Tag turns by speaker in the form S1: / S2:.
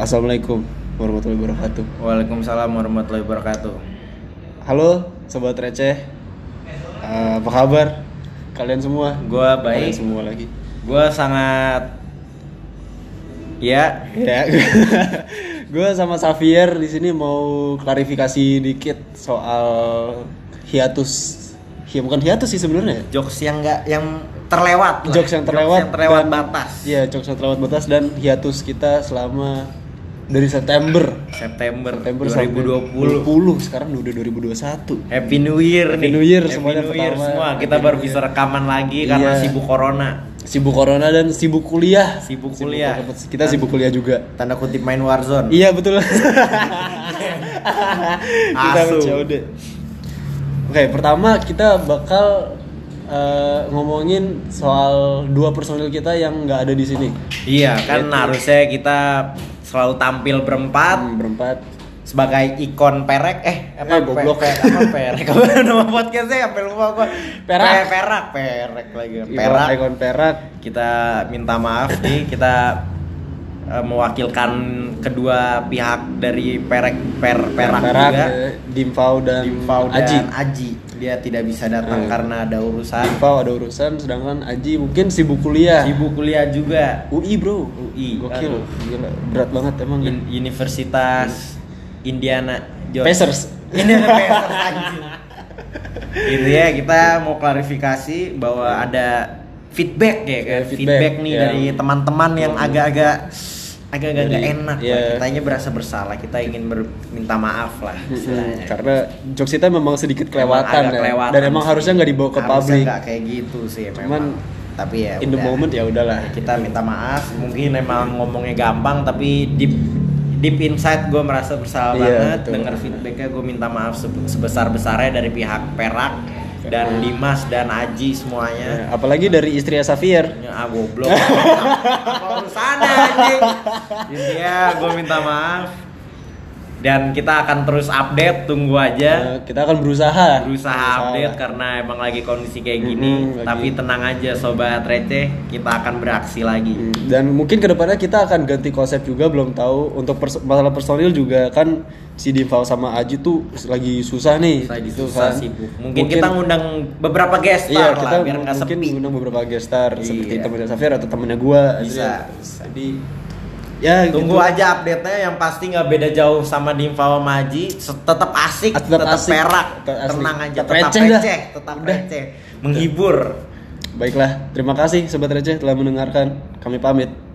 S1: Assalamualaikum warahmatullahi wabarakatuh.
S2: Waalaikumsalam warahmatullahi wabarakatuh.
S1: Halo sobat receh. Eh, apa kabar kalian semua?
S2: Gua
S1: Kalian
S2: baik.
S1: semua lagi.
S2: Gua sangat ya
S1: Ya. gue sama Xavier di sini mau klarifikasi dikit soal hiatus. Ya bukan hiatus sih sebenarnya. ya.
S2: jokes yang enggak yang terlewat. lah.
S1: Jokes yang terlewat.
S2: yang terlewat
S1: dan-
S2: batas.
S1: Iya, jokes yang terlewat batas dan hiatus kita selama dari September.
S2: September,
S1: September sampai
S2: 2020.
S1: 2020, sekarang udah 2021.
S2: Happy New Year
S1: Happy
S2: nih.
S1: New Year
S2: Happy
S1: semuanya
S2: New Year
S1: pertama.
S2: semua. Kita
S1: Happy
S2: baru
S1: New
S2: bisa rekaman lagi karena
S1: Iya.
S2: sibuk corona.
S1: sibuk corona dan sibuk kuliah
S2: Sibuk kuliah.
S1: kita sibuk kuliah juga
S2: Tanda kutip main Warzone.
S1: iya betul kita
S2: Asu.
S1: COD oke pertama kita bakal eh, ngomongin soal dua personil kita yang nggak ada di sini
S2: Iya, kan
S1: Itu.
S2: harusnya kita selalu tampil berempat
S1: Hmm, berempat
S2: sebagai ikon perek eh
S1: Eh,
S2: apa
S1: goblok.
S2: pe, pe- apa perek apa nama podcastnya sampai lupa gua
S1: Perak.
S2: Pe- perak perek lagi
S1: Ikon-
S2: perak
S1: ikon perak
S2: kita minta maaf nih kita eh, mewakilkan kedua pihak dari perek per perak, juga
S1: eh, dimfau dan
S2: Dimfau dan
S1: aji
S2: Aji. dia tidak bisa
S1: Hmm.
S2: datang karena ada urusan
S1: dimfau ada urusan sedangkan aji mungkin sibuk kuliah
S2: sibuk kuliah juga
S1: UI bro
S2: UI,
S1: gokil
S2: aduh.
S1: Gila, berat banget emang ya.
S2: Un- Universitas Indiana Jones.
S1: Pacers.
S2: Indiana Pacers anjing. Gitu ya, kita mau klarifikasi bahwa ada feedback ya
S1: Ya,
S2: kan.
S1: feedback,
S2: feedback, nih
S1: ya.
S2: dari teman-teman yang
S1: Hmm.
S2: agak-agak agak-agak nggak
S1: Jadi,
S2: enak.
S1: ya.
S2: lah. Kitanya berasa bersalah, kita ingin ber- minta maaf lah
S1: Mm-mm,
S2: istilahnya.
S1: karena jokes kita memang sedikit
S2: Iya. Emang
S1: kelewatan,
S2: agak
S1: ya.
S2: kelewatan
S1: dan emang
S2: sih.
S1: harusnya nggak dibawa ke
S2: Harusnya
S1: publik
S2: nggak kayak gitu sih
S1: Cuman,
S2: memang. Tapi ya
S1: in the
S2: udah.
S1: moment ya udahlah
S2: kita minta maaf mungkin emang ngomongnya gampang tapi deep deep inside gue merasa
S1: Iya,
S2: bersalah banget
S1: betul.
S2: dengar feedbacknya gue minta maaf sebesar besarnya dari pihak Perak dan Dimas dan Aji
S1: Ya,
S2: semuanya
S1: apalagi dari istri Safir
S2: ya, ah goblok Apa urusannya, anjing ya gue minta maaf dan kita akan terus update tunggu aja
S1: eh, kita akan berusaha
S2: Ya. berusaha update karena emang lagi kondisi kayak gini
S1: Iya. Mm-mm, lagi.
S2: tapi tenang aja sobat receh kita akan beraksi lagi
S1: Mm, dan mungkin kedepannya kita akan ganti konsep juga belum tahu untuk pers- masalah personil juga kan si Dimfau sama Aji tuh lagi susah nih
S2: lagi
S1: gitu kan.
S2: susah sibuk. Mungkin, kita ngundang beberapa guest
S1: Iya,
S2: star
S1: kita
S2: lah biar nggak
S1: mungkin
S2: sepi.
S1: mengundang beberapa guest star seperti
S2: Iya.
S1: temannya Safir atau temannya gua
S2: Bisa,
S1: Jadi-
S2: bisa.
S1: Jadi ya
S2: Tunggu
S1: gitu.
S2: aja update-nya yang pasti nggak beda jauh sama Dimfawa Maji, tetap asik,
S1: Tetap
S2: tetap,
S1: asik,
S2: perak,
S1: tetap asik.
S2: tenang aja,
S1: Tetap
S2: tetap
S1: receh
S2: receh,
S1: dah.
S2: tetap
S1: Udah.
S2: receh, menghibur.
S1: Baiklah, terima kasih Sobat Receh telah mendengarkan. Kami pamit.